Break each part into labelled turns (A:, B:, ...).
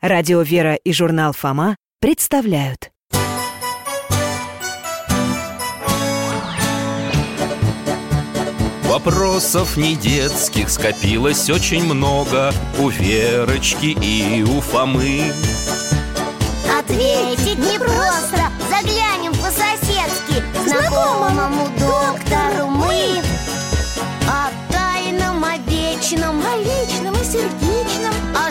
A: Радио «Вера» и журнал «Фома» представляют.
B: Вопросов не детских скопилось очень много У Верочки и у Фомы
C: Ответить непросто Заглянем по-соседски к Знакомому доктору мы О тайном, о вечном
D: О личном и сердечном,
C: О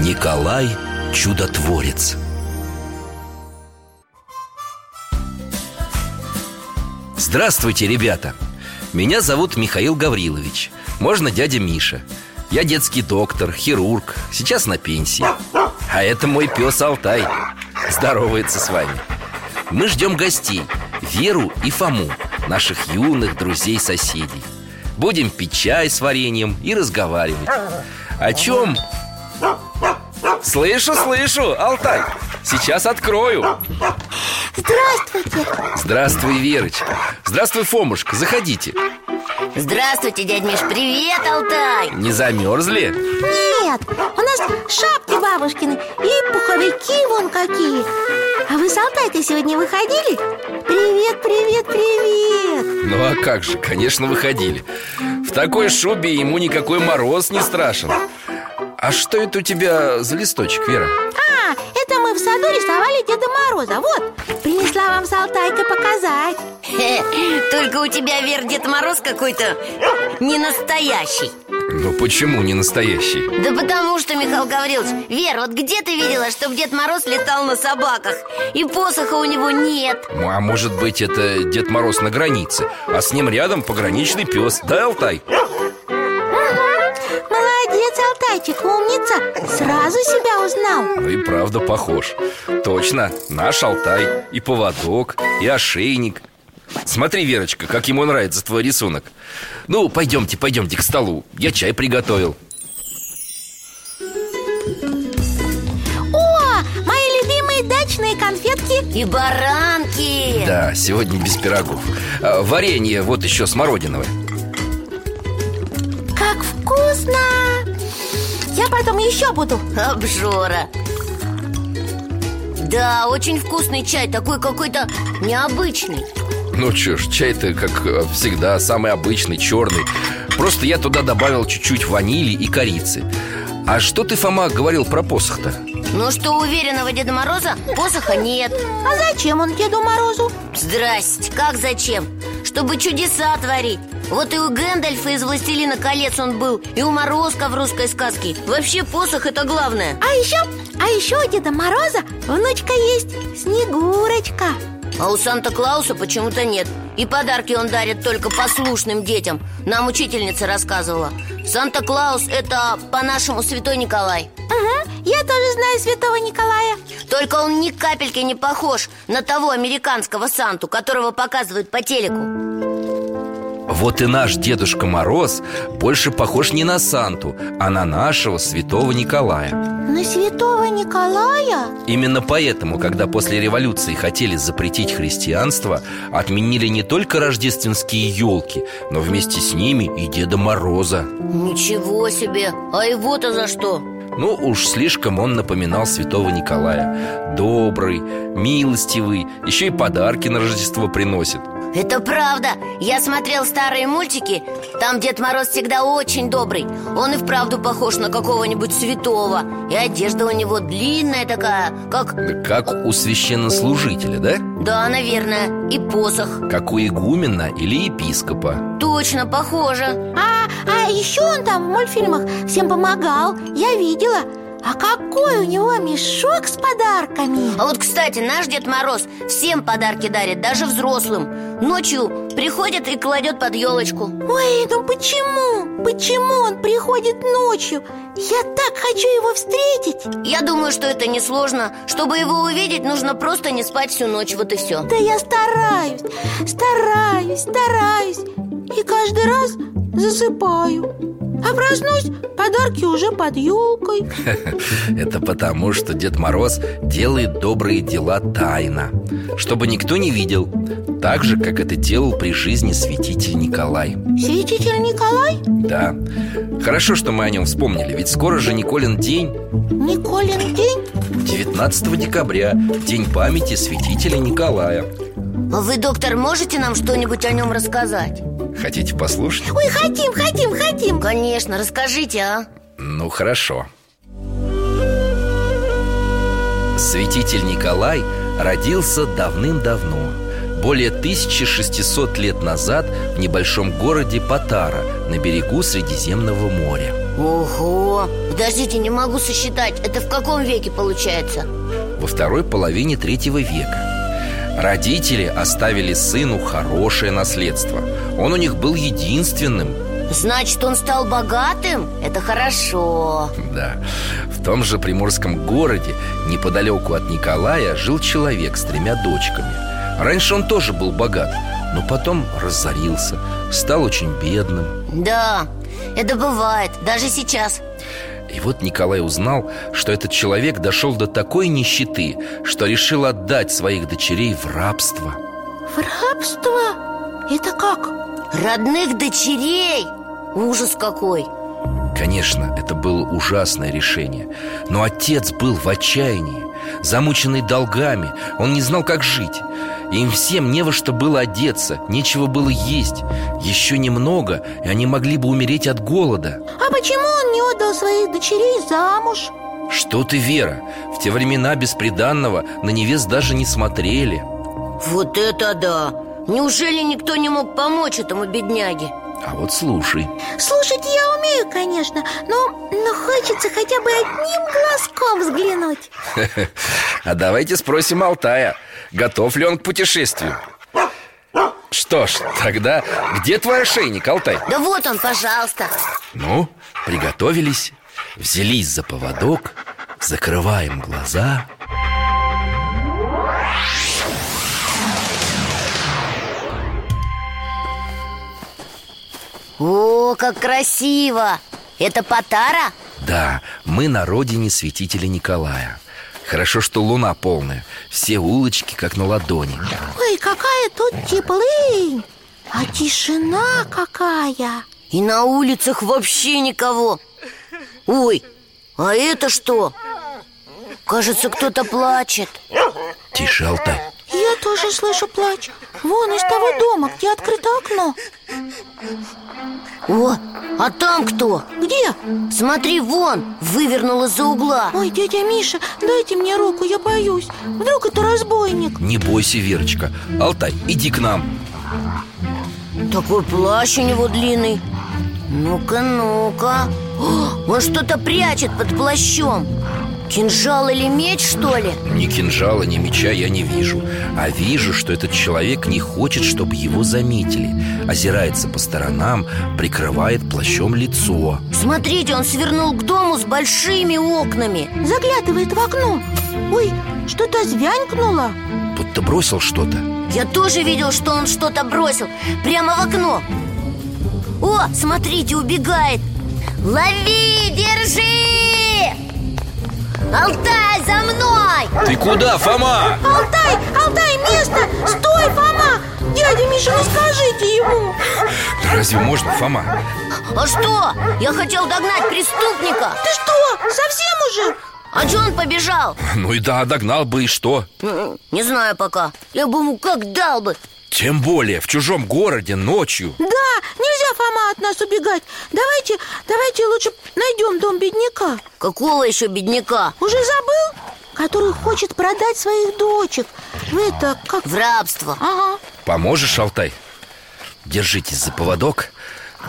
B: Николай Чудотворец Здравствуйте, ребята! Меня зовут Михаил Гаврилович Можно дядя Миша Я детский доктор, хирург Сейчас на пенсии А это мой пес Алтай Здоровается с вами Мы ждем гостей Веру и Фому Наших юных друзей-соседей Будем пить чай с вареньем и разговаривать О чем? Слышу, слышу, Алтай Сейчас открою
D: Здравствуйте!
B: Здравствуй, Верочка Здравствуй, Фомушка, заходите
C: Здравствуйте, дядь Миш, привет, Алтай
B: Не замерзли?
D: Нет, у нас шапки бабушкины и пуховики вон какие А вы с Алтайкой сегодня выходили? Привет, привет, привет!
B: Ну а как же, конечно, выходили В такой шубе ему никакой мороз не страшен А что это у тебя за листочек, Вера?
D: А, это мы в саду рисовали Деда Мороза, вот Принесла вам с Алтайкой показать
C: Только у тебя, Вер, Дед Мороз какой-то не настоящий
B: Ну почему не настоящий?
C: Да потому что, Михаил Гаврилович Вер, вот где ты видела, чтобы Дед Мороз летал на собаках? И посоха у него нет
B: Ну, А может быть это Дед Мороз на границе А с ним рядом пограничный пес, да, Алтай?
D: Молодец, Алтайчик, умница Сразу себя узнал
B: Ну и правда похож Точно, наш Алтай И поводок, и ошейник Смотри, Верочка, как ему нравится твой рисунок Ну, пойдемте, пойдемте к столу Я чай приготовил
D: О, мои любимые дачные конфетки
C: И баранки
B: Да, сегодня без пирогов А, Варенье вот еще смородиновое
D: Как вкусно! Я потом еще буду
C: Обжора Да, очень вкусный чай, такой какой-то необычный
B: Ну че ж, чай-то, как э, всегда, самый обычный, черный Просто я туда добавил чуть-чуть ванили и корицы А что ты, Фома, говорил про посох-то?
C: Но что у уверенного Деда Мороза посоха нет
D: А зачем он Деду Морозу?
C: Здрасте, как зачем? Чтобы чудеса творить Вот и у Гэндальфа из «Властелина колец» он был И у Морозка в русской сказке Вообще посох это главное
D: А еще, а еще у Деда Мороза внучка есть Снегурочка
C: А у Санта-Клауса почему-то нет И подарки он дарит только послушным детям Нам учительница рассказывала Санта-Клаус это по-нашему святой Николай
D: Ага, я тоже знаю святого Николая
C: Только он ни капельки не похож на того американского Санту Которого показывают по телеку
B: Вот и наш Дедушка Мороз больше похож не на Санту, а на нашего святого Николая
D: На Ну, святого Николая?
B: Именно поэтому, когда после революции хотели запретить христианство, отменили не только рождественские елки, но вместе с ними и Деда Мороза.
C: Ничего себе, а его-то за что?
B: Ну уж слишком он напоминал святого Николая. Добрый, милостивый, еще и подарки на Рождество приносит.
C: Это правда Я смотрел старые мультики Там Дед Мороз всегда очень добрый Он и вправду похож на какого-нибудь святого И одежда у него длинная такая Как...
B: Как у священнослужителя, да?
C: Да, наверное И посох
B: Как у игумена или епископа.
C: Точно похоже
D: А, а еще он там в мультфильмах всем помогал Я видела А какой у него мешок с подарками
C: А вот, кстати, наш Дед Мороз всем подарки дарит, даже взрослым Ночью Приходит и кладет под елочку
D: Ой, ну почему? Почему он приходит ночью? Я так хочу его встретить
C: Я думаю, что это несложно Чтобы его увидеть, нужно просто не спать всю ночь, вот и все
D: Да я стараюсь, стараюсь, стараюсь И каждый раз засыпаю А проснусь, подарки уже под елкой
B: Это потому, что Дед Мороз делает добрые дела тайно Чтобы никто не видел Так же, как это делал при жизни святитель Николай
D: Святитель Николай?
B: Да Хорошо, что мы о нем вспомнили Ведь скоро же Николин день
D: Николин день?
B: 19 декабря День памяти святителя Николая
C: А Вы, доктор, можете нам что-нибудь о нем рассказать?
B: Хотите послушать?
D: Ой, хотим, хотим, хотим
C: Конечно, расскажите, а?
B: Ну хорошо Святитель Николай родился давным-давно Более 1600 лет назад в небольшом городе Патара На берегу Средиземного моря
C: Ого! Подождите, не могу сосчитать Это в каком веке получается?
B: во второй половине третьего века. Родители оставили сыну хорошее наследство. Он у них был единственным.
C: Значит, он стал богатым? Это хорошо
B: Да. В том же приморском городе, неподалеку от Николая, жил человек с тремя дочками. Раньше он тоже был богат, но потом разорился, стал очень бедным.
C: Да, это бывает, даже сейчас
B: И вот Николай узнал, что этот человек дошел до такой нищеты, что решил отдать своих дочерей в рабство.
D: В рабство? Это как?
C: Родных дочерей? Ужас какой!
B: Конечно, это было ужасное решение Но отец был в отчаянии Замученный долгами Он не знал, как жить Им всем не во что было одеться Нечего было есть Еще немного, и они могли бы умереть от голода
D: А почему он не отдал своих дочерей замуж?
B: Что ты, Вера В те времена бесприданного На невест даже не смотрели
C: Вот это да! Неужели никто не мог помочь этому бедняге?
B: А вот слушай
D: Слушать я умею, конечно, но, но хочется хотя бы одним глазком взглянуть.
B: А давайте спросим Алтая Готов ли он к путешествию? Что ж, тогда где твой ошейник, Алтай?
C: Да вот он, пожалуйста
B: Ну, приготовились, взялись за поводок, закрываем глаза.
C: О, как красиво! Это Патара?
B: Да, мы на родине святителя Николая. Хорошо, что луна полная, все улочки как на ладони.
D: Ой, какая тут теплынь! А тишина какая!
C: И на улицах вообще никого Ой, а это что? Кажется, кто-то плачет
B: Тише, Алтай.
D: Я тоже слышу плач Вон из того дома, где открыто окно
C: О, а там кто?
D: Где?
C: Смотри, вон, вывернул из-за угла
D: Ой, дядя Миша, дайте мне руку, я боюсь Вдруг это разбойник
B: Не бойся, Верочка. Алтай, иди к нам.
C: Такой плащ у него длинный Ну-ка, ну-ка О, Он что-то прячет под плащом Кинжал или меч, что ли?
B: Ни кинжала, ни меча я не вижу А вижу, что этот человек не хочет, чтобы его заметили Озирается по сторонам, прикрывает плащом лицо
C: Смотрите, он свернул к дому с большими окнами
D: Заглядывает в окно Ой, что-то звянькнуло
B: Будто бросил что-то
C: Я тоже видел, что он что-то бросил Прямо в окно О, смотрите, убегает Лови, держи! Алтай, за мной!
B: Ты куда, Фома?
D: Алтай, Алтай, место! Стой, Фома! Дядя Миша, ну скажите ему
B: Да разве можно, Фома?
C: А что? Я хотел догнать преступника
D: Ты что, совсем уже?
C: А че он побежал?
B: Ну и да, догнал бы и что
C: М, Не знаю пока Я бы ему как дал бы
B: Тем более в чужом городе ночью
D: Да, нельзя, Фома, от нас убегать Давайте, давайте лучше найдем дом бедняка
C: Какого еще бедняка?
D: Уже забыл? Который хочет продать своих дочек В это как...
C: В рабство
D: Ага
B: Поможешь, Алтай? Держитесь за поводок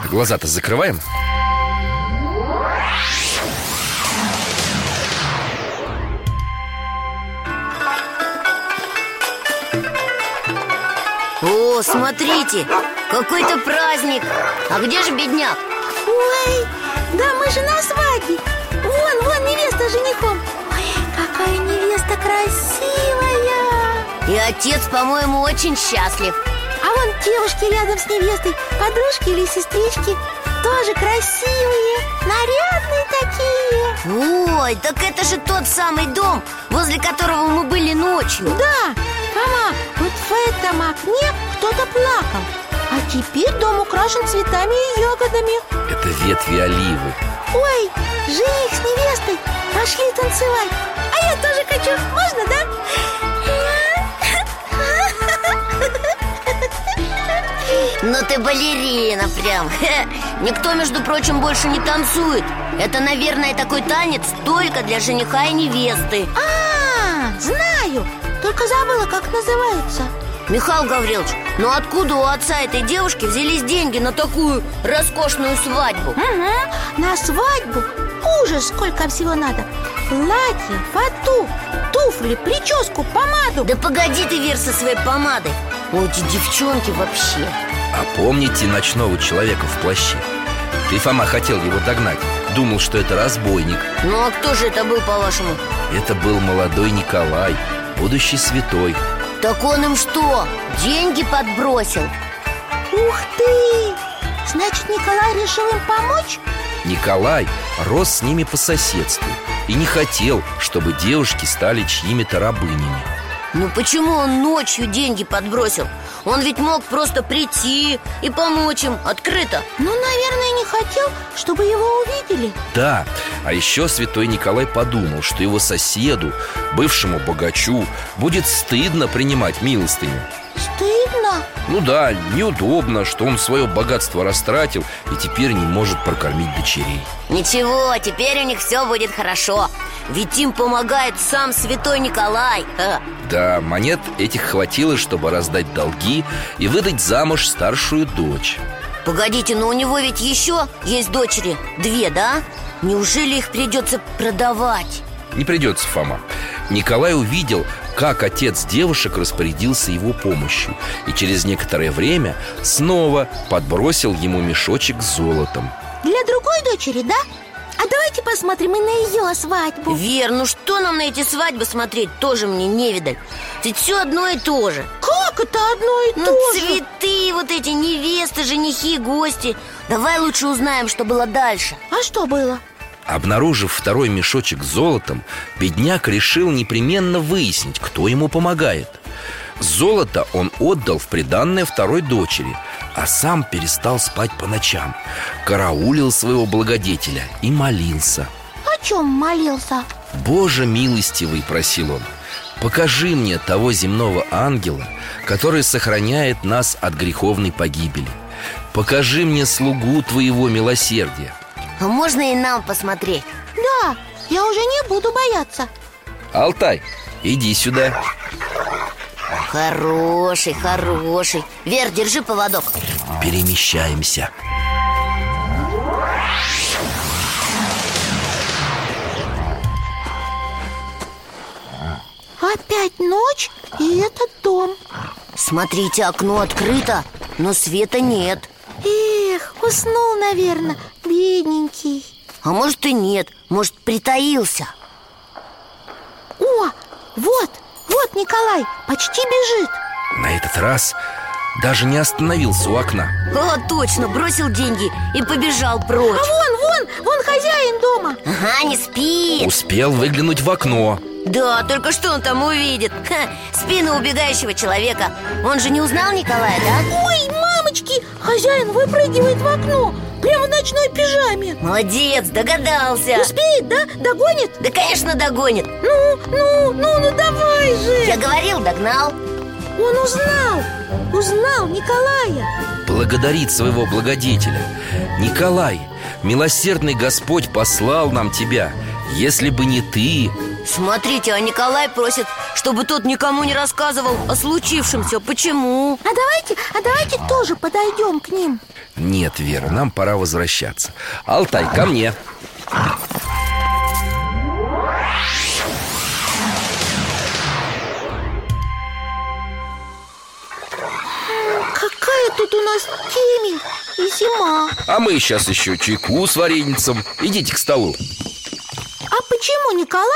B: Глаза-то закрываем
C: О, О, смотрите, какой-то праздник А где же бедняк?
D: Ой, да мы же на свадьбе Вон, вон невеста с женихом Ой, какая невеста красивая
C: И отец, по-моему, очень счастлив
D: А вон девушки рядом с невестой Подружки или сестрички Тоже красивые, нарядные такие
C: Ой, так это же тот самый дом, возле которого мы были ночью
D: Да, мама, вот в этом окне кто-то плакал А теперь дом украшен цветами и ягодами
B: Это ветви оливы
D: Ой, жених с невестой пошли танцевать А я тоже хочу, можно, да?
C: Ну ты балерина прям Хе. Никто, между прочим, больше не танцует Это, наверное, такой танец только для жениха и невесты
D: А, знаю, только забыла, как называется
C: Михаил Гаврилович, ну откуда у отца этой девушки взялись деньги на такую роскошную свадьбу?
D: Угу, на свадьбу ужас, сколько всего надо Платье, фату, туфли, прическу, помаду
C: Да погоди ты, Вер, со своей помадой Ой, эти девчонки вообще
B: А помните ночного человека в плаще? Ты, Фома, хотел его догнать Думал, что это разбойник
C: Ну а кто же это был, по-вашему?
B: Это был молодой Николай, будущий святой
C: Так он им что, деньги подбросил?
D: Ух ты! Значит, Николай решил им помочь?
B: Николай рос с ними по соседству И не хотел, чтобы девушки стали чьими-то рабынями
C: Ну почему он ночью деньги подбросил? Он ведь мог просто прийти и помочь им открыто
D: Ну, наверное, не хотел, чтобы его увидели
B: Да, а еще святой Николай подумал, что его соседу, бывшему богачу Будет стыдно принимать милостыню
D: Стыдно
B: Ну да, неудобно, что он свое богатство растратил И теперь не может прокормить дочерей
C: Ничего, теперь у них все будет хорошо Ведь им помогает сам святой Николай Э, Ха.
B: Да, монет этих хватило, чтобы раздать долги И выдать замуж старшую дочь
C: Погодите, но у него ведь еще есть дочери Две, да? Неужели их придется продавать?
B: Не придется, Фома Николай увидел, как отец девушек распорядился его помощью И через некоторое время снова подбросил ему мешочек с золотом
D: Для другой дочери, да? А давайте посмотрим и на ее свадьбу
C: Вер, ну что нам на эти свадьбы смотреть, тоже мне не видать Ведь все одно и то же
D: Как это одно и
C: Ну,
D: то же?
C: цветы, вот эти невесты, женихи, гости Давай лучше узнаем, что было дальше
D: А что было?
B: Обнаружив второй мешочек с золотом, бедняк решил непременно выяснить, кто ему помогает. Золото он отдал в приданное второй дочери, а сам перестал спать по ночам, караулил своего благодетеля и молился.
D: О чем молился?
B: «Боже милостивый», — просил он, — «покажи мне того земного ангела, который сохраняет нас от греховной погибели. Покажи мне слугу твоего милосердия».
C: А можно и нам посмотреть?
D: Да, я уже не буду бояться
B: «Алтай, иди сюда»,
C: Хороший, хороший Вер, держи поводок
B: Перемещаемся
D: Опять ночь и этот дом
C: Смотрите, окно открыто, но света нет
D: Эх, уснул, наверное, бедненький
C: А может и нет, может притаился
D: О, вот, вот Николай, почти бежит
B: На этот раз даже не остановился у окна
C: О, точно, бросил деньги и побежал
D: А
C: прочь
D: вон, вон, вон хозяин дома
C: Ага, не спит
B: Успел выглянуть в окно
C: Да, только что он там увидит Ха, Спину убегающего человека Он же не узнал Николая, да?
D: Ой, мамочки, хозяин выпрыгивает в окно Прямо в ночной пижаме
C: Молодец, догадался
D: Успеет, да? Догонит?
C: Да, конечно, догонит
D: Ну, ну, ну, ну давай
C: Я
D: же
C: говорил, догнал
D: Он узнал, узнал Николая
B: Благодарит своего благодетеля Николай, милосердный Господь послал нам тебя Если бы не ты
C: Смотрите, а Николай просит, чтобы тот никому не рассказывал о случившемся Почему?
D: А давайте, а давайте тоже подойдем к ним
B: Нет, Вера, нам пора возвращаться Алтай, ко мне
D: тут у нас темень и зима
B: А мы сейчас еще чайку с вареницем Идите к столу
D: А почему Николай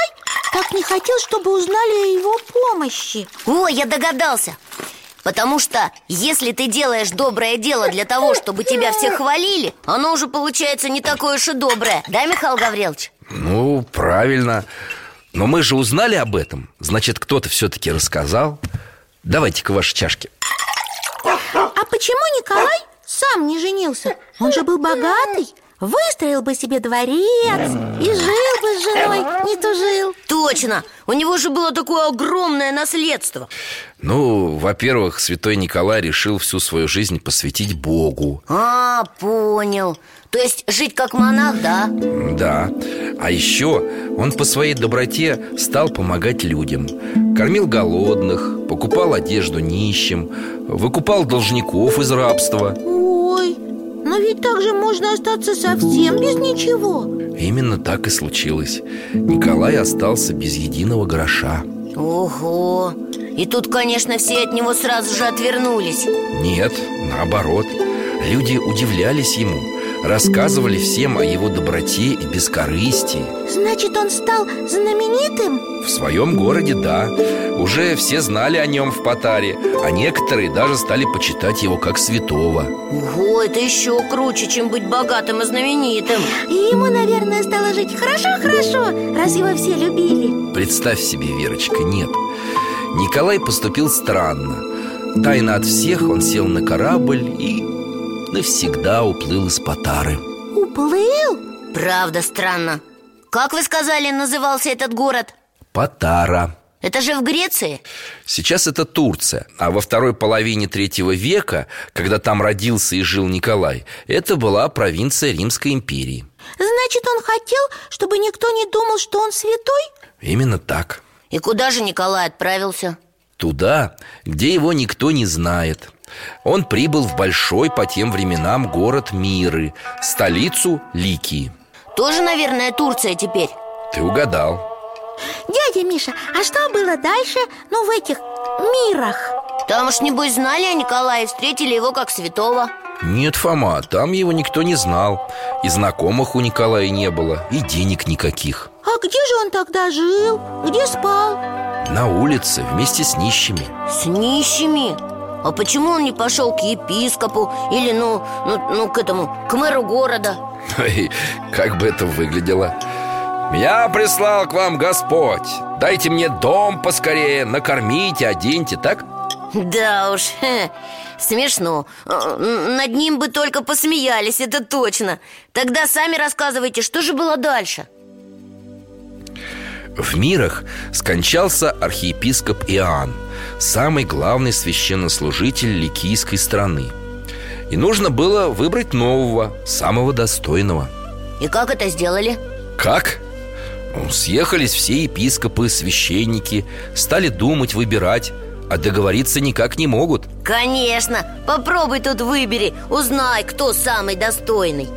D: так не хотел, чтобы узнали о его помощи?
C: О, я догадался Потому что, если ты делаешь доброе дело для того, чтобы тебя все хвалили Оно уже получается не такое уж и доброе Да, Михаил Гаврилович?
B: Ну, правильно Но мы же узнали об этом Значит, кто-то все-таки рассказал Давайте к вашей чашке
D: А почему Николай сам не женился? Он же был богатый Выстроил бы себе дворец И жил бы с женой, не тужил
C: Точно! У него же было такое огромное наследство
B: Ну, во-первых, святой Николай решил всю свою жизнь посвятить Богу
C: А, понял То есть жить как монах, да?
B: Да. А еще он по своей доброте стал помогать людям. Кормил голодных, покупал одежду нищим, выкупал должников из рабства.
D: Ой, но ведь так же можно остаться совсем без ничего
B: Именно так и случилось. Николай остался без единого гроша.
C: Ого! И тут, конечно, все от него сразу же отвернулись
B: Нет, наоборот. Люди удивлялись ему, рассказывали всем о его доброте и бескорыстии.
D: Значит, он стал знаменитым?
B: В своем городе, да Уже все знали о нем в Патаре А некоторые даже стали почитать его как святого
C: Ого, это еще круче, чем быть богатым и знаменитым
D: И ему, наверное, стало жить хорошо-хорошо, раз его все любили
B: Представь себе, Верочка, нет Николай поступил странно Тайно от всех он сел на корабль и навсегда уплыл из Патары
D: Уплыл?
C: Правда странно Как вы сказали, назывался этот город?
B: Патара
C: Это же в Греции?
B: Сейчас это Турция А во второй половине третьего века, когда там родился и жил Николай Это была провинция Римской империи
D: Значит, он хотел, чтобы никто не думал, что он святой?
B: Именно так
C: И куда же Николай отправился?
B: Туда, где его никто не знает Он прибыл в большой по тем временам город Миры Столицу Ликии
C: Тоже, наверное, Турция теперь
B: Ты угадал
D: Дядя Миша, а что было дальше, ну, в этих мирах?
C: Там уж, небось, знали о Николае, встретили его как святого
B: Нет, Фома, там его никто не знал И знакомых у Николая не было, и денег никаких
D: А где же он тогда жил? Где спал?
B: На улице вместе с нищими
C: С нищими? А почему он не пошел к епископу или, ну, ну, ну к этому, к мэру города?
B: Ой, Как бы это выглядело меня прислал к вам Господь Дайте мне дом поскорее Накормите, оденьте, так?
C: Да уж, хе, смешно Э, н- Над ним бы только посмеялись, это точно Тогда сами рассказывайте, что же было дальше?
B: В мирах скончался архиепископ Иоанн, самый главный священнослужитель ликийской страны. И нужно было выбрать нового, самого достойного.
C: И как это сделали?
B: Как? Ну, Съехались все епископы, священники, стали думать, выбирать, а договориться никак не могут.
C: Конечно, попробуй тут выбери Узнай, кто самый достойный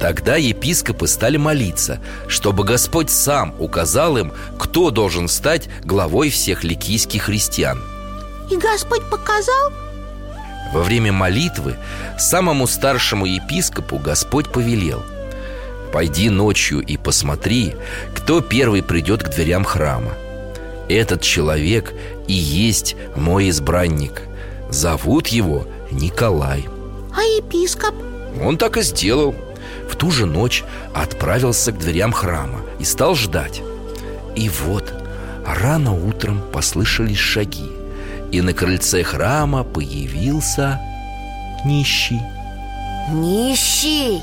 B: Тогда епископы стали молиться, чтобы Господь сам указал им, кто должен стать главой всех ликийских христиан.
D: И Господь показал?
B: Во время молитвы самому старшему епископу Господь повелел «Пойди ночью и посмотри, кто первый придет к дверям храма. Этот человек и есть мой избранник. Зовут его Николай».
D: А епископ?
B: Он так и сделал. В ту же ночь отправился к дверям храма и стал ждать. И вот рано утром послышались шаги, и на крыльце храма появился нищий.
C: Нищий?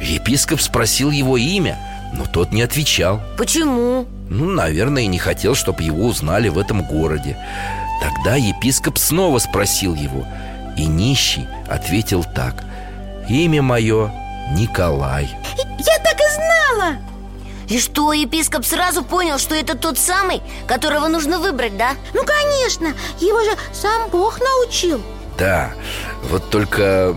B: Епископ спросил его имя, но тот не отвечал.
C: Почему?
B: Ну, наверное, и не хотел, чтобы его узнали в этом городе. Тогда епископ снова спросил его, и нищий ответил так: "Имя мое Николай".
D: Я так и знала!
C: И что, епископ сразу понял, что это тот самый, которого нужно выбрать, да?
D: Ну, конечно, его же сам Бог научил
B: Да, вот только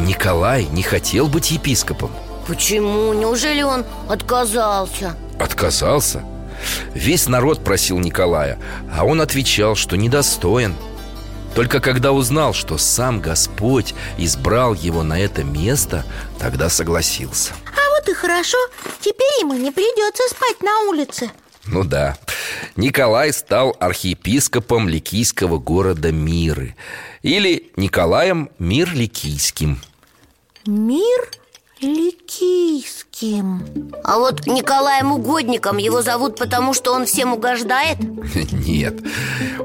B: Николай не хотел быть епископом
C: Почему? Неужели он отказался?
B: Отказался Весь народ просил Николая А он отвечал, что недостоин Только когда узнал, что сам Господь избрал его на это место, тогда согласился.
D: А вот и хорошо, теперь ему не придется спать на улице
B: Ну да, Николай стал архиепископом ликийского города Миры Или Николаем Мир-Ликийским
D: Мир ликийским
C: А вот Николаем Угодником его зовут, потому что он всем угождает?
B: Нет,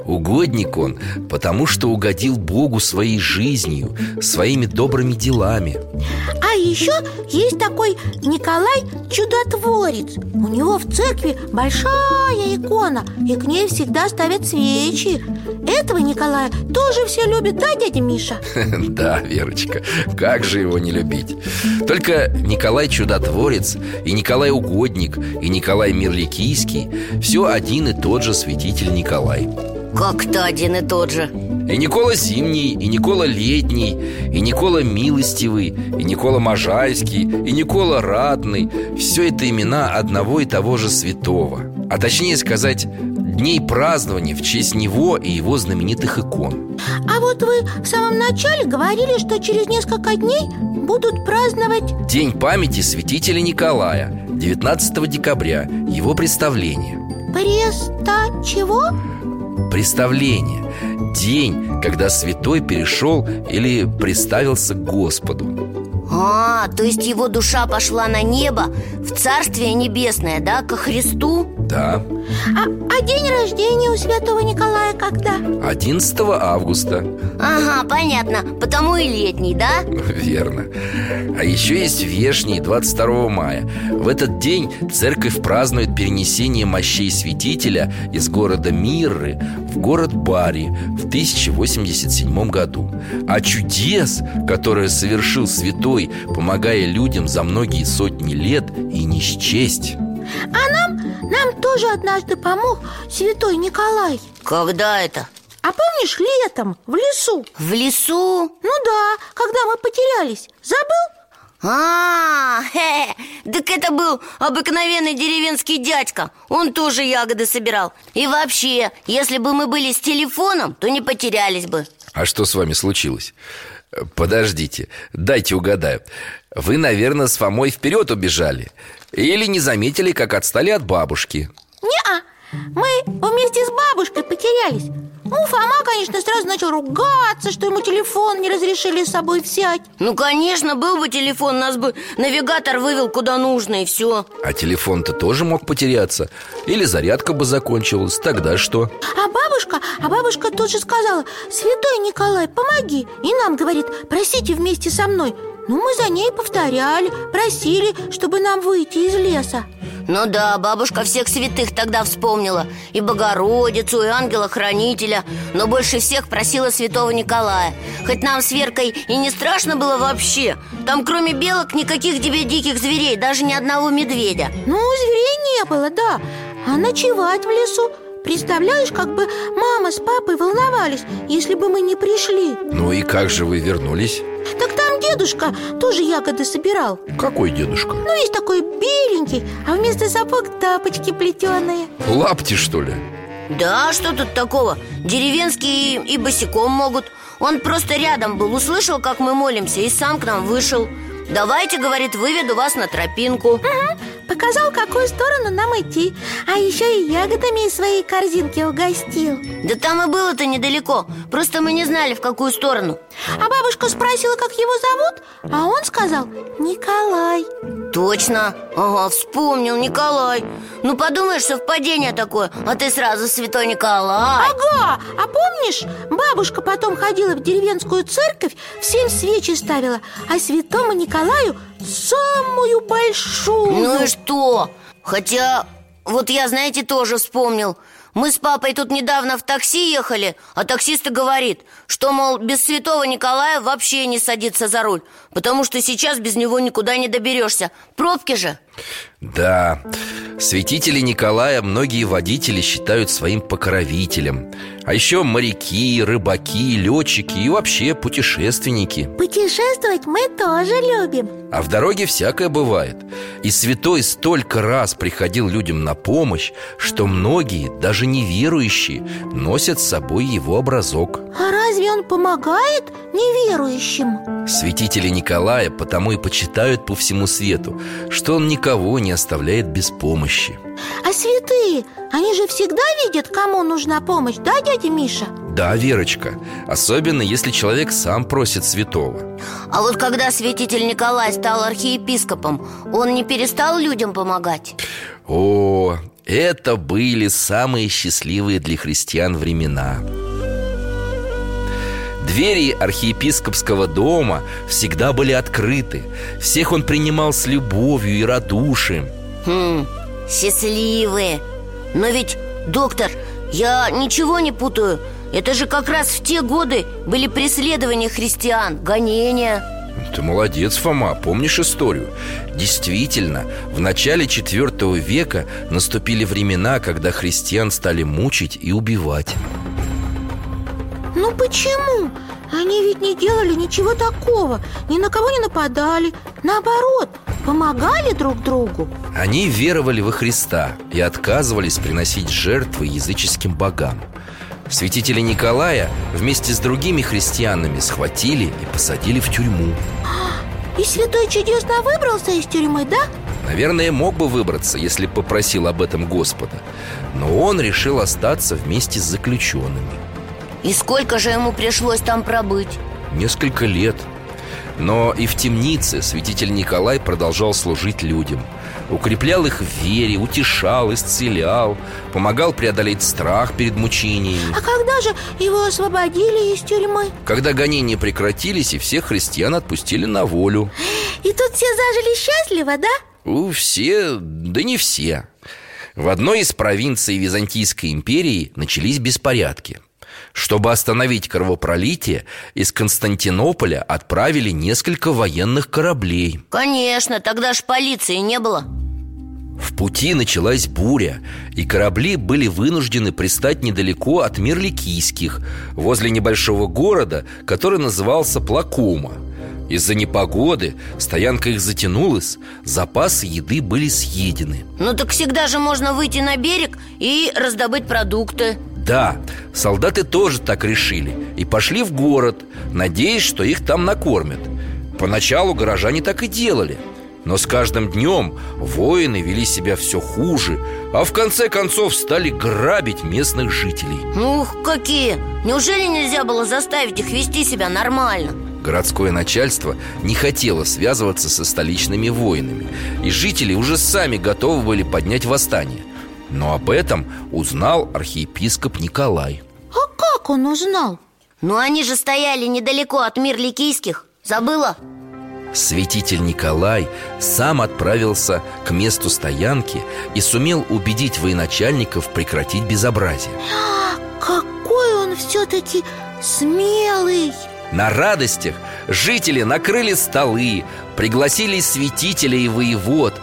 B: угодник он, потому что угодил Богу своей жизнью, своими добрыми делами
D: А еще есть такой Николай Чудотворец У него в церкви большая икона И к ней всегда ставят свечи Этого Николая тоже все любят, да, дядя Миша?
B: Да, Верочка, как же его не любить Только Николай Чудотворец и Николай Угодник и Николай Мирликийский Все один и тот же святитель Николай
C: Как-то один и тот же
B: И Никола Зимний, и Никола Летний, и Никола Милостивый, и Никола Можайский, и Никола Ратный Все это имена одного и того же святого А точнее сказать, дней празднования в честь него и его знаменитых икон
D: А вот вы в самом начале говорили, что через несколько дней будут праздновать
B: День памяти святителя Николая 19 декабря Его представление
D: Преста чего? А,
B: Представление День, когда святой перешел или представился к Господу
C: А, то есть его душа пошла на небо В царствие небесное, да, ко Христу?
B: Да,
D: А, а день рождения у святого Николая когда?
B: 11 августа
C: Ага, понятно, потому и летний, да?
B: Верно А еще есть Вешний 22 мая В этот день церковь празднует перенесение мощей святителя Из города Мирры в город Бари в 1087 году А чудес, которые совершил святой, помогая людям за многие сотни лет, и не счесть
D: А нам, нам тоже однажды помог святой Николай
C: Когда это?
D: А помнишь, летом в лесу?
C: В лесу?
D: Ну да, когда мы потерялись Забыл?
C: А, хе, так это был обыкновенный деревенский дядька Он тоже ягоды собирал И вообще, если бы мы были с телефоном, то не потерялись бы
B: А что с вами случилось? Э, Подождите, дайте угадаю Вы, наверное, с Фомой вперед убежали Или не заметили, как отстали от бабушки
D: Не-а Мы вместе с бабушкой потерялись Ну, Фома, конечно, сразу начал ругаться, что ему телефон не разрешили с собой взять
C: Ну, конечно, был бы телефон, нас бы навигатор вывел куда нужно и все
B: А телефон-то тоже мог потеряться Или зарядка бы закончилась Тогда что?
D: А бабушка, а бабушка тут же сказала Святой Николай, помоги И нам говорит, просите вместе со мной Ну, мы за ней повторяли, просили, чтобы нам выйти из леса
C: Ну да, бабушка всех святых тогда вспомнила И Богородицу, и Ангела-Хранителя Но больше всех просила святого Николая Хоть нам с Веркой и не страшно было вообще Там кроме белок никаких тебе диких зверей Даже ни одного медведя
D: Ну, зверей не было, да А ночевать в лесу Представляешь, как бы мама с папой волновались, если бы мы не пришли
B: Ну и как же вы вернулись?
D: Так там дедушка тоже ягоды собирал
B: Какой дедушка?
D: Ну, есть такой беленький, а вместо сапог тапочки плетеные
B: Лапти, что ли?
C: Да, что тут такого? Деревенские и, и босиком могут Он просто рядом был, услышал, как мы молимся И сам к нам вышел Давайте, говорит, выведу вас на тропинку
D: Показал, какую сторону нам идти А еще и ягодами из своей корзинки угостил
C: Да там и было-то недалеко Просто мы не знали, в какую сторону
D: А бабушка спросила, как его зовут А он сказал «Николай»
C: Точно, ага, вспомнил, Николай Ну подумаешь, совпадение такое А ты сразу святой Николай
D: Ага, а помнишь, бабушка потом ходила в деревенскую церковь Всем свечи ставила А святому Николаю самую большую
C: Ну и что? Хотя, вот я, знаете, тоже вспомнил Мы с папой тут недавно в такси ехали А таксист и говорит, что, мол, без святого Николая вообще не садиться за руль Потому что сейчас без него никуда не доберешься Пробки же
B: Да, святители Николая многие водители считают своим покровителем А еще моряки, рыбаки, летчики и вообще путешественники
D: Путешествовать мы тоже любим
B: А в дороге всякое бывает И святой столько раз приходил людям на помощь Что многие, даже неверующие, носят с собой его образок
D: А разве он помогает неверующим?
B: Святители Николая потому и почитают по всему свету, что он никого не оставляет без помощи.
D: А святые, они же всегда видят, кому нужна помощь, да, дядя Миша?
B: Да, Верочка, особенно если человек сам просит святого.
C: А вот когда святитель Николай стал архиепископом Он не перестал людям помогать?
B: О, это были самые счастливые для христиан времена. Двери архиепископского дома всегда были открыты. Всех он принимал с любовью и радушием.
C: Хм, счастливые Но ведь, доктор, я ничего не путаю Это же как раз в те годы были преследования христиан, гонения
B: Ты молодец, Фома, помнишь историю? Действительно, в начале IV века наступили времена, когда христиан стали мучить и убивать.
D: Ну почему? Они ведь не делали ничего такого Ни на кого не нападали Наоборот, помогали друг другу
B: Они веровали во Христа и отказывались приносить жертвы языческим богам. Святителя Николая вместе с другими христианами схватили и посадили в тюрьму.
D: И святой чудесно выбрался из тюрьмы, да?
B: Наверное, мог бы выбраться, если б попросил об этом Господа. Но он решил остаться вместе с заключенными.
C: И сколько же ему пришлось там пробыть?
B: Несколько лет. Но и в темнице святитель Николай продолжал служить людям. Укреплял их в вере, утешал, исцелял, помогал преодолеть страх перед мучениями.
D: А когда же его освободили из тюрьмы?
B: Когда гонения прекратились, и всех христиан отпустили на волю.
D: И тут все зажили счастливо, да?
B: У все, да не все. В одной из провинций Византийской империи начались беспорядки. Чтобы остановить кровопролитие, из Константинополя отправили несколько военных кораблей.
C: Конечно, тогда ж полиции не было
B: В пути началась буря, и корабли были вынуждены пристать недалеко от Мирликийских, возле небольшого города, который назывался Плакума. Из-за непогоды стоянка их затянулась, запасы еды были съедены.
C: Ну так всегда же можно выйти на берег и раздобыть продукты
B: Да, солдаты тоже так решили и пошли в город, надеясь, что их там накормят. Поначалу горожане так и делали. Но с каждым днем воины вели себя все хуже, а в конце концов стали грабить местных жителей.
C: Ух, какие! Неужели нельзя было заставить их вести себя нормально?
B: Городское начальство не хотело связываться со столичными воинами, и жители уже сами готовы были поднять восстание. Но об этом узнал архиепископ Николай.
D: А как он узнал?
C: Но они же стояли недалеко от мир ликийских Забыла?
B: Святитель Николай сам отправился к месту стоянки и сумел убедить военачальников прекратить безобразие.
D: А, какой он все-таки смелый
B: На радостях жители накрыли столы, пригласили святителя и воевод.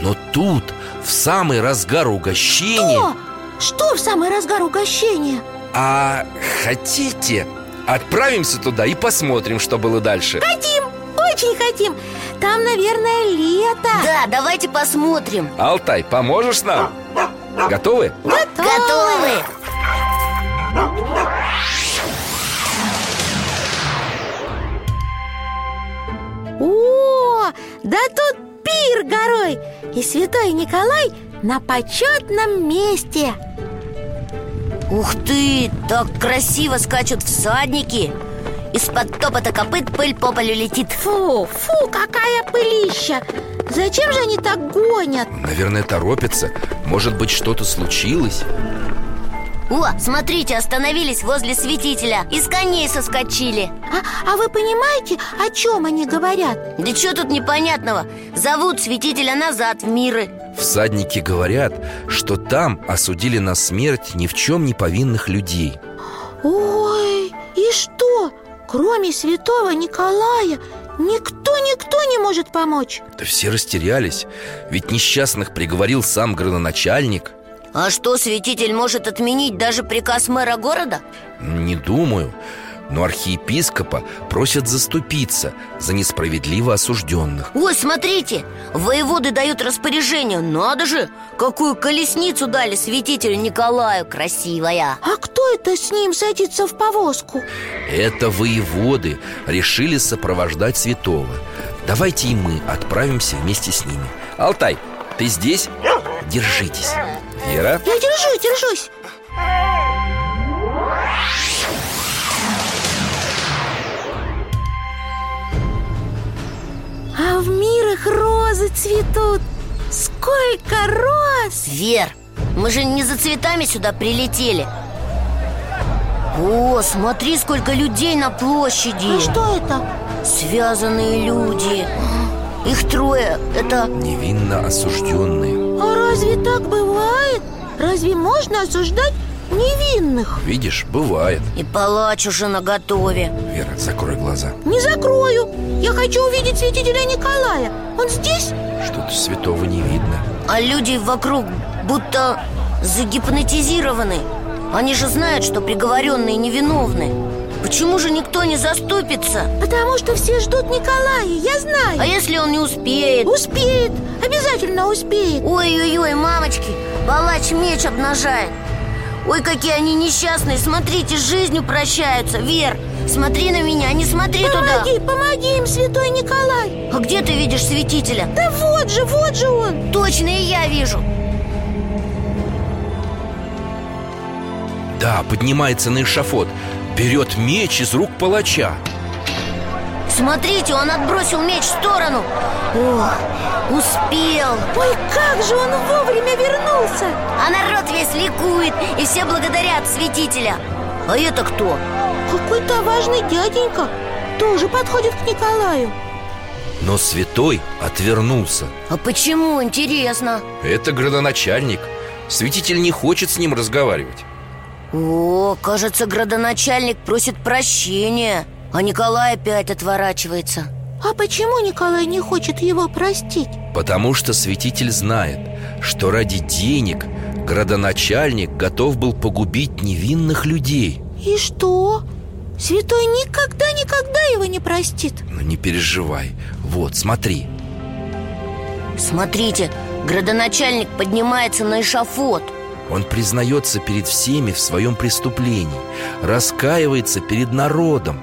B: Но тут, в самый разгар угощения...
D: О, что в самый разгар угощения?
B: А хотите, отправимся туда и посмотрим, что было дальше?
D: Хотим, очень хотим Там, наверное, лето
C: Да, давайте посмотрим
B: Алтай, поможешь нам? Готовы?
C: Готовы!
D: О, да тут пир горой И святой Николай на почетном месте
C: Ух ты, так красиво скачут всадники Из-под топота копыт пыль по полю летит
D: Фу, фу, какая пылища Зачем же они так гонят?
B: Наверное, торопится. Может быть, что-то случилось?
C: О, смотрите, остановились возле святителя Из коней соскочили
D: А, а вы понимаете, о чем они говорят?
C: Да что тут непонятного? Зовут святителя назад в миры
B: Всадники говорят, что там осудили на смерть ни в чем не повинных людей.
D: Ой, и что? Кроме святого Николая Никто-никто не может помочь
B: Да все растерялись Ведь несчастных приговорил сам градоначальник
C: А что святитель может отменить даже приказ мэра города?
B: Не думаю Но архиепископа просят заступиться За несправедливо осужденных
C: Ой, смотрите, воеводы дают распоряжение Надо же, какую колесницу дали святителю Николаю Красивая
D: А кто это с ним садится в повозку?
B: Это воеводы решили сопровождать святого Давайте и мы отправимся вместе с ними Алтай, ты здесь? Держитесь Вера,
D: Я держусь, держусь А в мир их розы цветут Сколько роз!
C: Вер, мы же не за цветами сюда прилетели О, смотри, сколько людей на площади
D: А что это?
C: Связанные люди Их трое, это...
B: невинно осужденные
D: А разве так бывает? Разве можно осуждать невинных?
B: Видишь, бывает
C: И палач уже наготове
B: Вера, закрой глаза
D: Не закрою Я хочу увидеть святителя Николая Он здесь?
B: Что-то святого не видно
C: А люди вокруг будто загипнотизированы Они же знают, что приговоренные невиновны Почему же никто не заступится?
D: Потому что все ждут Николая, я знаю
C: А если он не успеет?
D: Успеет, обязательно успеет
C: Ой-ой-ой, мамочки, палач меч обнажает Ой, какие они несчастные, смотрите, с жизнью прощаются Вер, смотри на меня, не смотри туда
D: Помоги, помоги им, святой Николай
C: А где ты видишь святителя?
D: Да вот же, вот же он
C: Точно и я вижу
B: Да, поднимается на эшафот Берет меч из рук палача
C: Смотрите, он отбросил меч в сторону О, успел
D: Ой, как же он вовремя вернулся
C: А народ весь ликует И все благодарят святителя А это кто?
D: Какой-то важный дяденька Тоже подходит к Николаю
B: Но святой отвернулся
C: А почему, интересно?
B: Это градоначальник Святитель не хочет с ним разговаривать
C: О, кажется, градоначальник просит прощения А Николай опять отворачивается
D: А почему Николай не хочет его простить?
B: Потому что святитель знает, что ради денег градоначальник готов был погубить невинных людей.
D: И что? Святой никогда-никогда его не простит
B: Но не переживай. Вот, смотри.
C: Смотрите, градоначальник поднимается на эшафот
B: Он признается перед всеми в своем преступлении, раскаивается перед народом,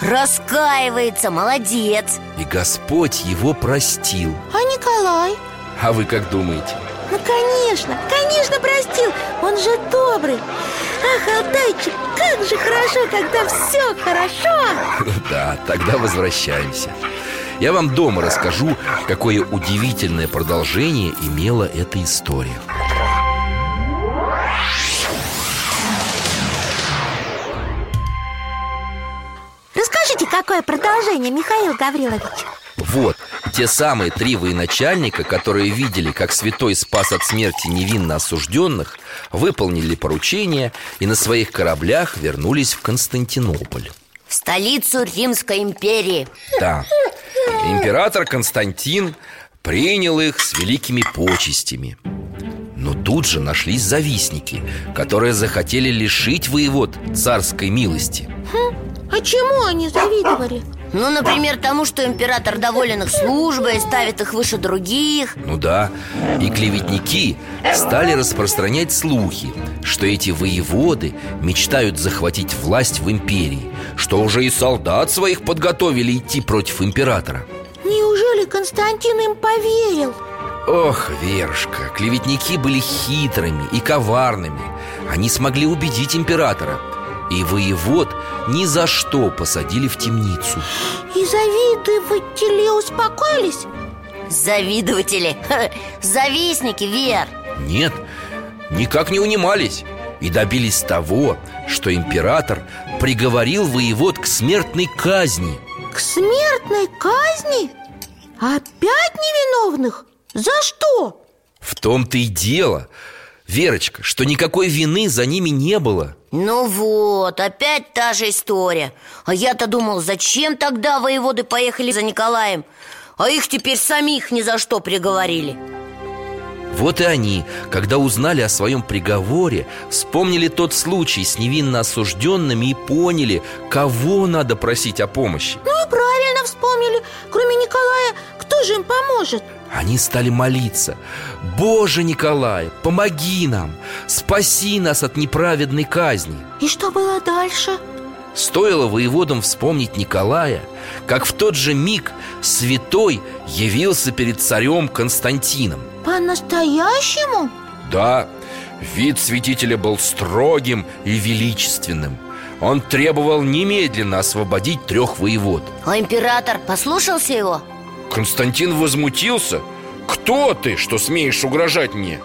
C: Раскаивается, молодец
B: и Господь его простил.
D: А Николай?
B: А вы как думаете?
D: Ну, конечно, конечно простил Он же добрый Ах, Алтайчик, как же хорошо, когда все хорошо
B: Да, тогда возвращаемся. Я вам дома расскажу, какое удивительное продолжение имела эта история.
D: Расскажите, какое продолжение, Михаил Гаврилович?
B: Вот, те самые три военачальника, которые видели, как святой спас от смерти невинно осужденных, выполнили поручение и на своих кораблях вернулись в Константинополь.
C: В столицу Римской империи
B: Да, император Константин принял их с великими почестями. Но тут же нашлись завистники, которые захотели лишить воевод царской милости.
D: А чему они завидовали?
C: Ну, например, тому, что император доволен их службой Ставит их выше других
B: Ну да, и клеветники стали распространять слухи, что эти воеводы мечтают захватить власть в империи, что уже и солдат своих подготовили идти против императора.
D: Неужели Константин им поверил?
B: Ох, Верушка, клеветники были хитрыми и коварными. Они смогли убедить императора. И воевод ни за что посадили в темницу.
D: И завидователи успокоились?
C: Завидователи Ха, Завистники, Вер
B: Нет, никак не унимались И добились того, что император приговорил воевод к смертной казни
D: К смертной казни? Опять невиновных? За что?
B: В том-то и дело Верочка, что никакой вины за ними не было
C: Ну вот, опять та же история А я-то думал, зачем тогда воеводы поехали за Николаем А их теперь самих ни за что приговорили
B: Вот и они, когда узнали о своем приговоре Вспомнили тот случай с невинно осужденными И поняли, кого надо просить о помощи
D: Ну и правильно вспомнили Кроме Николая, кто же им поможет?
B: Они стали молиться «Боже Николай, помоги нам! Спаси нас от неправедной казни!»
D: И что было дальше?
B: Стоило воеводам вспомнить Николая, как в тот же миг святой явился перед царем Константином.
D: По-настоящему?
B: Да, вид святителя был строгим и величественным. Он требовал немедленно освободить трех воевод.
C: А император послушался его?
B: Константин возмутился. Кто ты, что смеешь угрожать мне?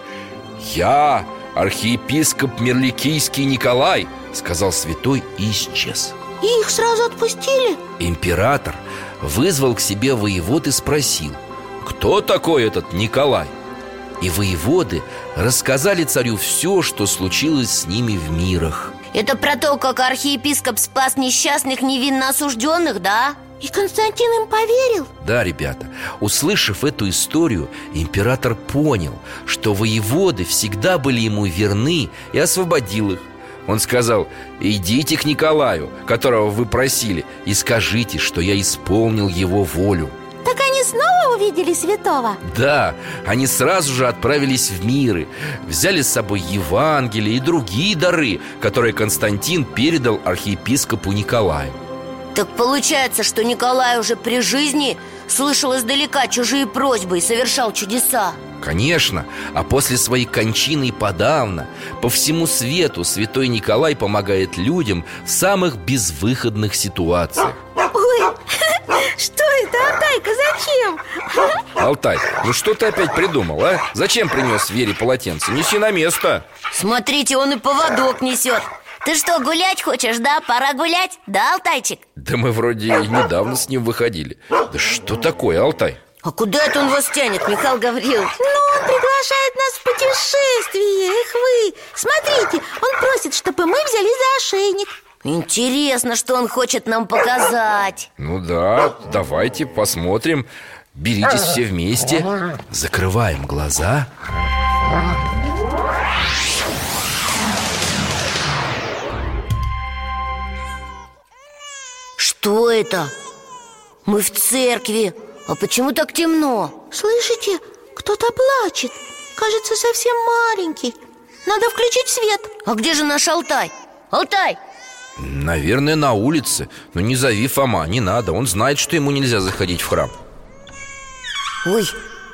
B: Я, архиепископ Мерликийский Николай, сказал святой и исчез.
D: И их сразу отпустили?
B: Император вызвал к себе воевод и спросил Кто такой этот Николай? И воеводы рассказали царю все, что случилось с ними в мирах
C: Это про то, как архиепископ спас несчастных невинно осужденных, да?
D: И Константин им поверил?
B: Да, ребята, услышав эту историю, император понял, что воеводы всегда были ему верны и освободил их он сказал, идите к Николаю, которого вы просили, и скажите, что я исполнил его волю
D: Так они снова увидели святого?
B: Да, они сразу же отправились в миры Взяли с собой Евангелие и другие дары, которые Константин передал архиепископу Николаю
C: Так получается, что Николай уже при жизни слышал издалека чужие просьбы и совершал чудеса
B: Конечно, а после своей кончины и подавно По всему свету святой Николай помогает людям в самых безвыходных ситуациях
D: Ой, что это, Алтайка, зачем?
B: Алтай, ну что ты опять придумал, а? Зачем принес Вере полотенце? Неси на место
C: Смотрите, он и поводок несет ты что, гулять хочешь, да? Пора гулять, да, Алтайчик?
B: Да мы вроде и недавно с ним выходили Да что такое, Алтай?
C: А куда это он вас тянет, Михаил Гаврилович?
D: Ну, он приглашает нас в путешествие, эх вы Смотрите, он просит, чтобы мы взяли за ошейник
C: Интересно, что он хочет нам показать
B: Ну да, давайте посмотрим Беритесь все вместе Закрываем глаза
C: Что это? Мы в церкви А почему так темно?
D: Слышите, кто-то плачет Кажется, совсем маленький Надо включить свет
C: А где же наш Алтай? Алтай!
B: Наверное, на улице Но не зови Фома, не надо Он знает, что ему нельзя заходить в храм
C: Ой,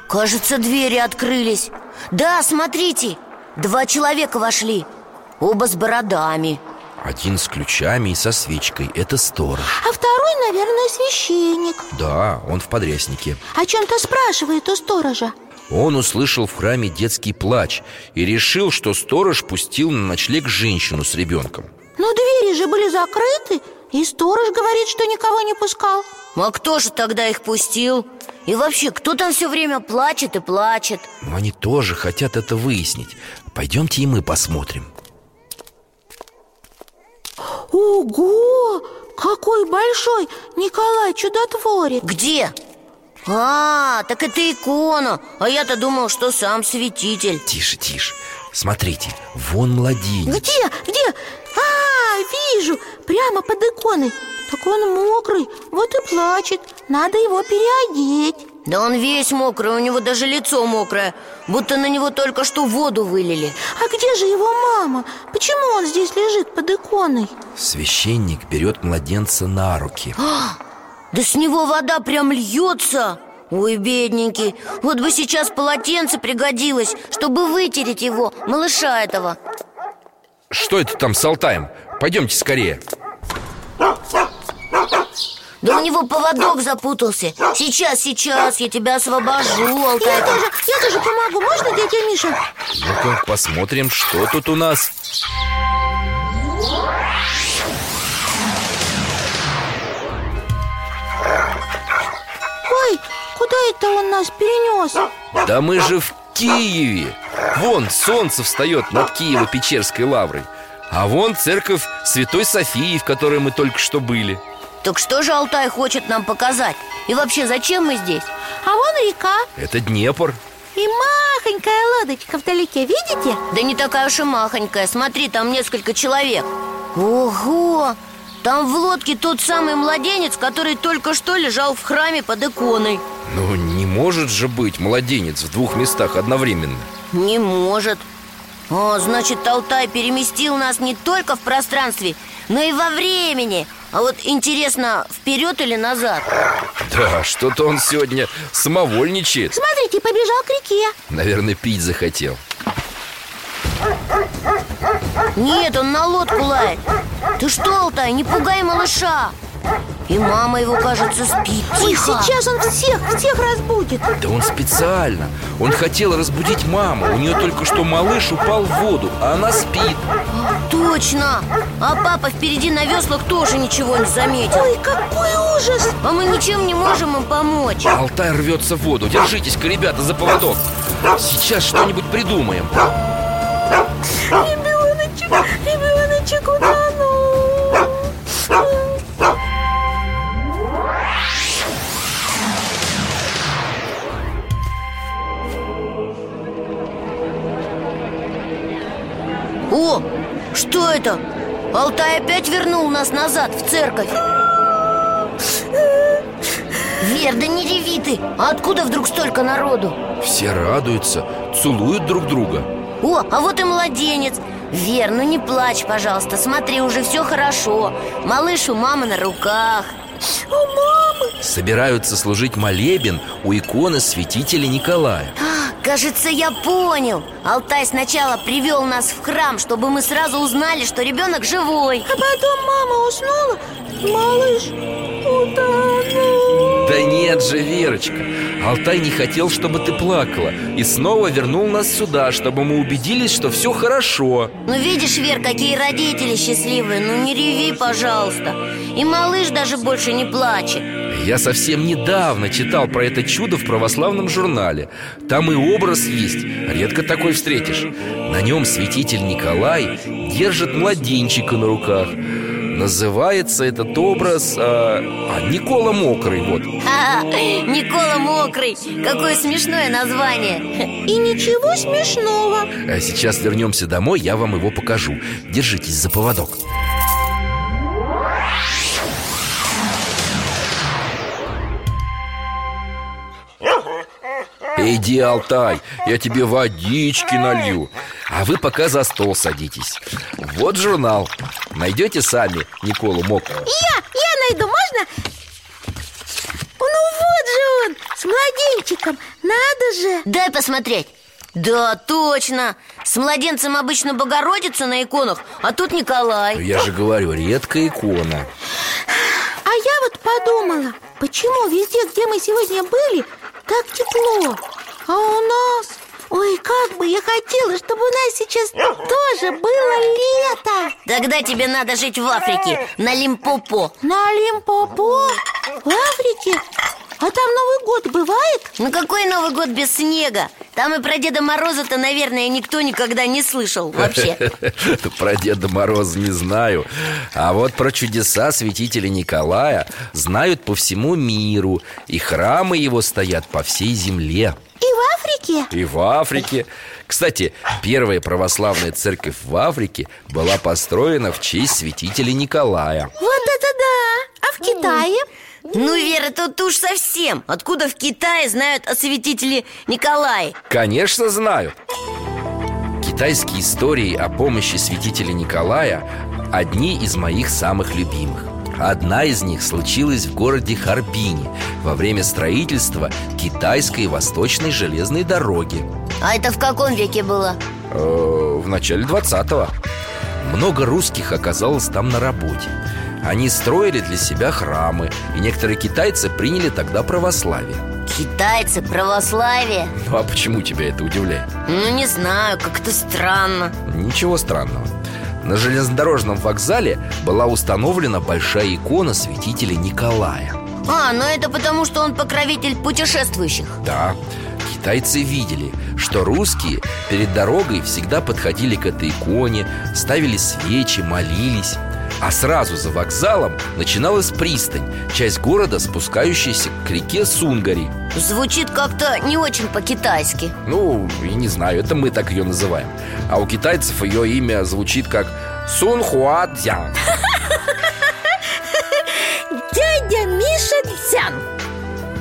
C: кажется, двери открылись Да, смотрите, два человека вошли Оба с бородами
B: Один с ключами и со свечкой Это сторож
D: А второй, наверное, священник
B: Да, он в подряснике
D: О чем-то спрашивает у сторожа
B: Он услышал в храме детский плач И решил, что сторож пустил на ночлег женщину с ребенком
D: Но двери же были закрыты И сторож говорит, что никого не пускал
C: А кто же тогда их пустил? И вообще, кто там все время плачет и плачет?
B: Но они тоже хотят это выяснить Пойдемте и мы посмотрим
D: Ого! Какой большой Николай чудотворец
C: Где? А, так это икона А я-то думал, что сам святитель
B: Тише, тише Смотрите, вон младенец
D: Где? Где? А, вижу, прямо под иконой Так он мокрый, вот и плачет Надо его переодеть
C: Да он весь мокрый, у него даже лицо мокрое Будто на него только что воду вылили
D: А где же его мама? Почему он здесь лежит под иконой?
B: Священник берет младенца на руки
C: Да с него вода прям льется Ой, бедненький, вот бы сейчас полотенце пригодилось, чтобы вытереть его, малыша этого
B: Что это там с Алтаем? Пойдемте скорее
C: Да у него поводок запутался Сейчас, сейчас, я тебя освобожу,
D: Я
C: Алтай
D: тоже, я тоже помогу, можно, дядя Миша?
B: Ну-ка, посмотрим, что тут у нас
D: Ой, куда это он нас перенес?
B: Да мы же в Киеве Вон солнце встает над Киево-Печерской лаврой А вон церковь Святой Софии, в которой мы только что были
C: Так что же Алтай хочет нам показать? И вообще, зачем мы здесь?
D: А вон река
B: Это Днепр
D: и махонькая лодочка вдалеке, видите?
C: Да не такая уж и махонькая Смотри, там несколько человек Ого! Там в лодке тот самый младенец, который только что лежал в храме под иконой
B: Ну не может же быть младенец в двух местах одновременно
C: Не может а, значит, Алтай переместил нас не только в пространстве, но и во времени А вот интересно, вперед или назад?
B: Да, что-то он сегодня самовольничает
D: Смотрите, побежал к реке
B: Наверное, пить захотел
C: Нет, он на лодку лает Ты что, Алтай, не пугай малыша И мама его, кажется, спит
D: Ой,
C: Тихо
D: сейчас он всех, всех разбудит
B: Да он специально Он хотел разбудить маму У нее только что малыш упал в воду, а она спит
C: Точно! А папа впереди на веслах тоже ничего не заметил
D: Ой, какой ужас
C: А мы ничем не можем им помочь
B: Алтай рвется в воду Держитесь-ка, ребята, за поводок Сейчас что-нибудь придумаем
D: Ребеночек, ребеночек утонул
C: О, что это? Алтай опять вернул нас назад в церковь Вер, да не реви ты А откуда вдруг столько народу?
B: Все радуются, целуют друг друга
C: О, а вот и младенец Вер, ну не плачь, пожалуйста Смотри, уже все хорошо Малыш у мамы на руках
D: У мамы
B: Собираются служить молебен у иконы святителя Николая
C: А, Кажется, я понял Алтай сначала привел нас в храм Чтобы мы сразу узнали, что ребенок живой
D: А потом мама уснула Малыш утонул
B: Да нет же, Верочка Алтай не хотел, чтобы ты плакала И снова вернул нас сюда, чтобы мы убедились, что все хорошо
C: Ну видишь, Вер, какие родители счастливые Ну не реви, пожалуйста И малыш даже больше не плачет
B: Я совсем недавно читал про это чудо в православном журнале Там и образ есть, редко такой встретишь На нем святитель Николай держит младенчика на руках Называется этот образ а, а, Никола Мокрый, вот
C: Ха-ха, Никола Мокрый Какое смешное название
D: И ничего смешного
B: А сейчас вернемся домой, я вам его покажу Держитесь за поводок Иди, Алтай, я тебе водички налью А вы пока за стол садитесь Вот журнал Найдете сами Николу Мокрого
D: Я, я найду, можно? Ну вот же он, с младенчиком, надо же
C: Дай посмотреть да, точно! С младенцем обычно Богородица на иконах, а тут Николай
B: Ну, Я же говорю, редкая икона
D: А я вот подумала, почему везде, где мы сегодня были, так тепло А у нас... Ой, как бы я хотела, чтобы у нас сейчас тоже было лето
C: Тогда тебе надо жить в Африке, на Лимпопо
D: На Лимпопо, в Африке А там Новый год бывает?
C: Ну какой Новый год без снега? Там и про Деда Мороза-то, наверное, никто никогда не слышал вообще
B: Про Деда Мороза не знаю А вот про чудеса святителя Николая Знают по всему миру И храмы его стоят по всей земле
D: И в Африке?
B: И в Африке Кстати, первая православная церковь в Африке Была построена в честь святителя Николая
D: Вот это да! А в Китае?
C: Ну, Вера, тут уж совсем Откуда в Китае знают о святителе Николае?
B: Конечно, знают Китайские истории о помощи святителя Николая Одни из моих самых любимых Одна из них случилась в городе Харбине Во время строительства китайской восточной железной дороги
C: А это в каком веке было?
B: Э, В начале 20-го Много русских оказалось там на работе Они строили для себя храмы И некоторые китайцы приняли тогда православие
C: Китайцы, православие?
B: Ну а почему тебя это удивляет?
C: Ну, не знаю, как-то странно
B: Ничего странного На железнодорожном вокзале была установлена большая икона святителя Николая
C: А, ну это потому, что он покровитель путешествующих
B: Да, Китайцы видели, что русские перед дорогой всегда подходили к этой иконе, ставили свечи, молились. А сразу за вокзалом начиналась пристань, часть города, спускающаяся к реке Сунгари.
C: Звучит как-то не очень по-китайски
B: Ну, я не знаю, это мы так ее называем. А у китайцев ее имя звучит как Сунхуадзян.
D: Дядя Миша Дзян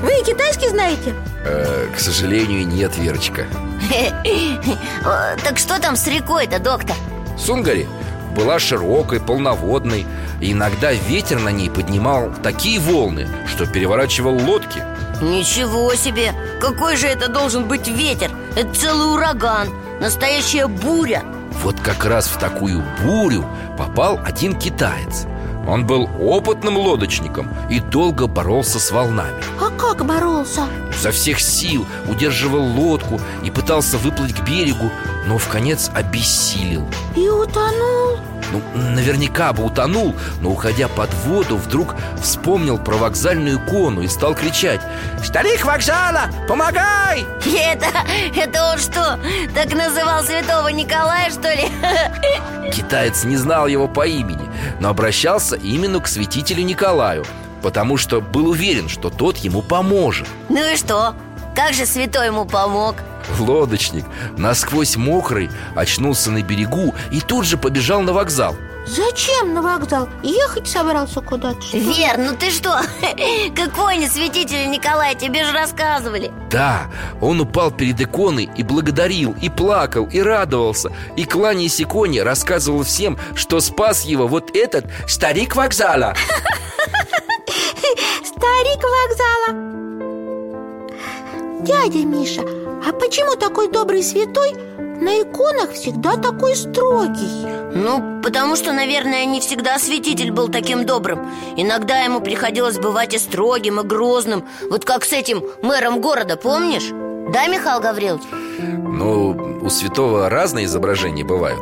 D: Вы и китайский знаете?
B: Э, к сожалению, нет, Верочка.
C: Э, Так что там с рекой-то, доктор?
B: Сунгари была широкой, полноводной И иногда ветер на ней поднимал такие волны, что переворачивал лодки
C: Ничего себе! Какой же это должен быть ветер? Это целый ураган Настоящая буря
B: Вот как раз в такую бурю попал один китаец Он был опытным лодочником и долго боролся с волнами
D: А как боролся?
B: Изо всех сил удерживал лодку и пытался выплыть к берегу Но в конец обессилел
D: И утонул
B: Ну, наверняка бы утонул, но, уходя под воду, вдруг вспомнил про вокзальную икону и стал кричать «Старик вокзала, помогай!»
C: Это, это он что, так называл святого Николая, что ли?
B: Китаец не знал его по имени, но обращался именно к святителю Николаю Потому что был уверен, что тот ему поможет
C: Ну и что? Как же святой ему помог?
B: Лодочник, насквозь мокрый, очнулся на берегу и тут же побежал на вокзал
D: Зачем на вокзал? Ехать собрался куда-то что ли?
C: Вер, ну ты что? Какой не святитель Николай, тебе же рассказывали
B: Да, он упал перед иконой и благодарил, и плакал, и радовался И кланяясь иконе рассказывал всем, что спас его вот этот старик вокзала
D: Старик вокзала Дядя Миша, а почему такой добрый святой на иконах всегда такой строгий?
C: Ну, потому что, наверное, не всегда святитель был таким добрым Иногда ему приходилось бывать и строгим, и грозным Вот как с этим мэром города, помнишь? Да, Михаил Гаврилович?
B: Ну, у святого разные изображения бывают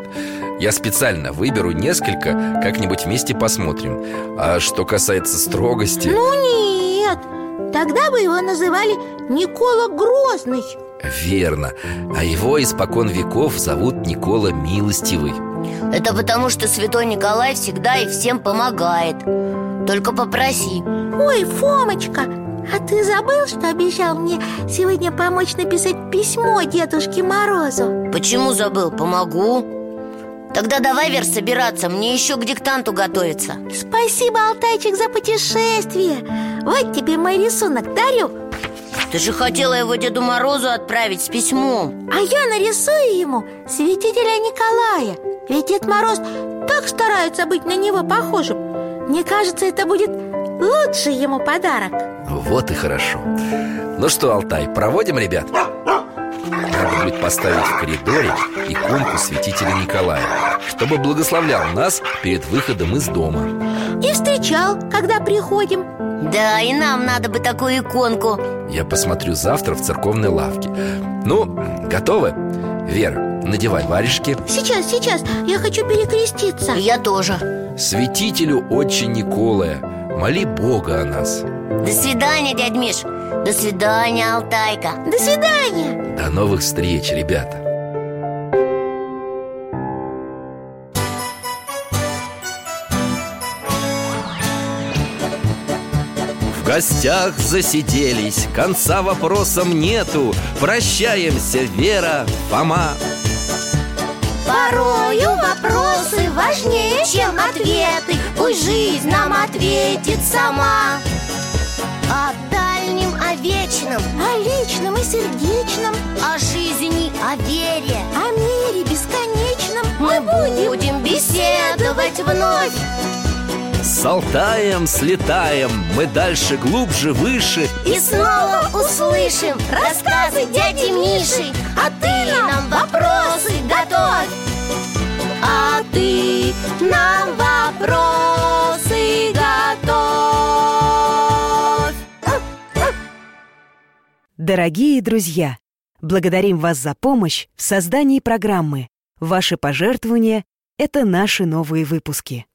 B: Я специально выберу несколько, как-нибудь вместе посмотрим А что касается строгости...
D: Ну нет, тогда бы его называли Никола Грозный
B: Верно, а его испокон веков зовут Никола Милостивый
C: Это потому, что святой Николай всегда и всем помогает Только попроси
D: Ой, Фомочка, а ты забыл, что обещал мне сегодня помочь написать письмо Дедушке Морозу?
C: Почему забыл? Помогу Тогда давай, Вер, собираться Мне еще к диктанту готовиться
D: Спасибо, Алтайчик, за путешествие Вот тебе мой рисунок дарю
C: Ты же хотела его Деду Морозу отправить с письмом
D: А я нарисую ему святителя Николая Ведь Дед Мороз так старается быть на него похожим Мне кажется, это будет лучший ему подарок
B: Вот и хорошо Ну что, Алтай, проводим ребят? Надо будет поставить в коридоре иконку святителя Николая Чтобы благословлял нас перед выходом из дома
D: И встречал, когда приходим
C: Да, и нам надо бы такую иконку
B: Я посмотрю завтра в церковной лавке Ну, готовы? Вера, надевай варежки
D: Сейчас, сейчас, я хочу перекреститься
C: И я тоже
B: Святителю отче Николая Моли Бога о нас
C: До свидания, дядь Миш До свидания, Алтайка
D: До свидания
B: До новых встреч, ребята В гостях засиделись, конца вопросам нету Прощаемся, Вера, Фома
D: Порою вопросы важнее, чем ответы Пусть жизнь нам ответит сама
C: О дальнем, о вечном,
D: О личном и сердечном,
C: о жизни, о вере
D: о мире бесконечном
C: Мы будем беседовать вновь
B: С Алтаем слетаем Мы дальше, глубже, выше
C: И снова услышим рассказы дяди Миши А ты нам вопросы готовь А ты нам вопросы готовь
A: Дорогие друзья, благодарим вас за помощь в создании программы. Ваши пожертвования – это наши новые выпуски.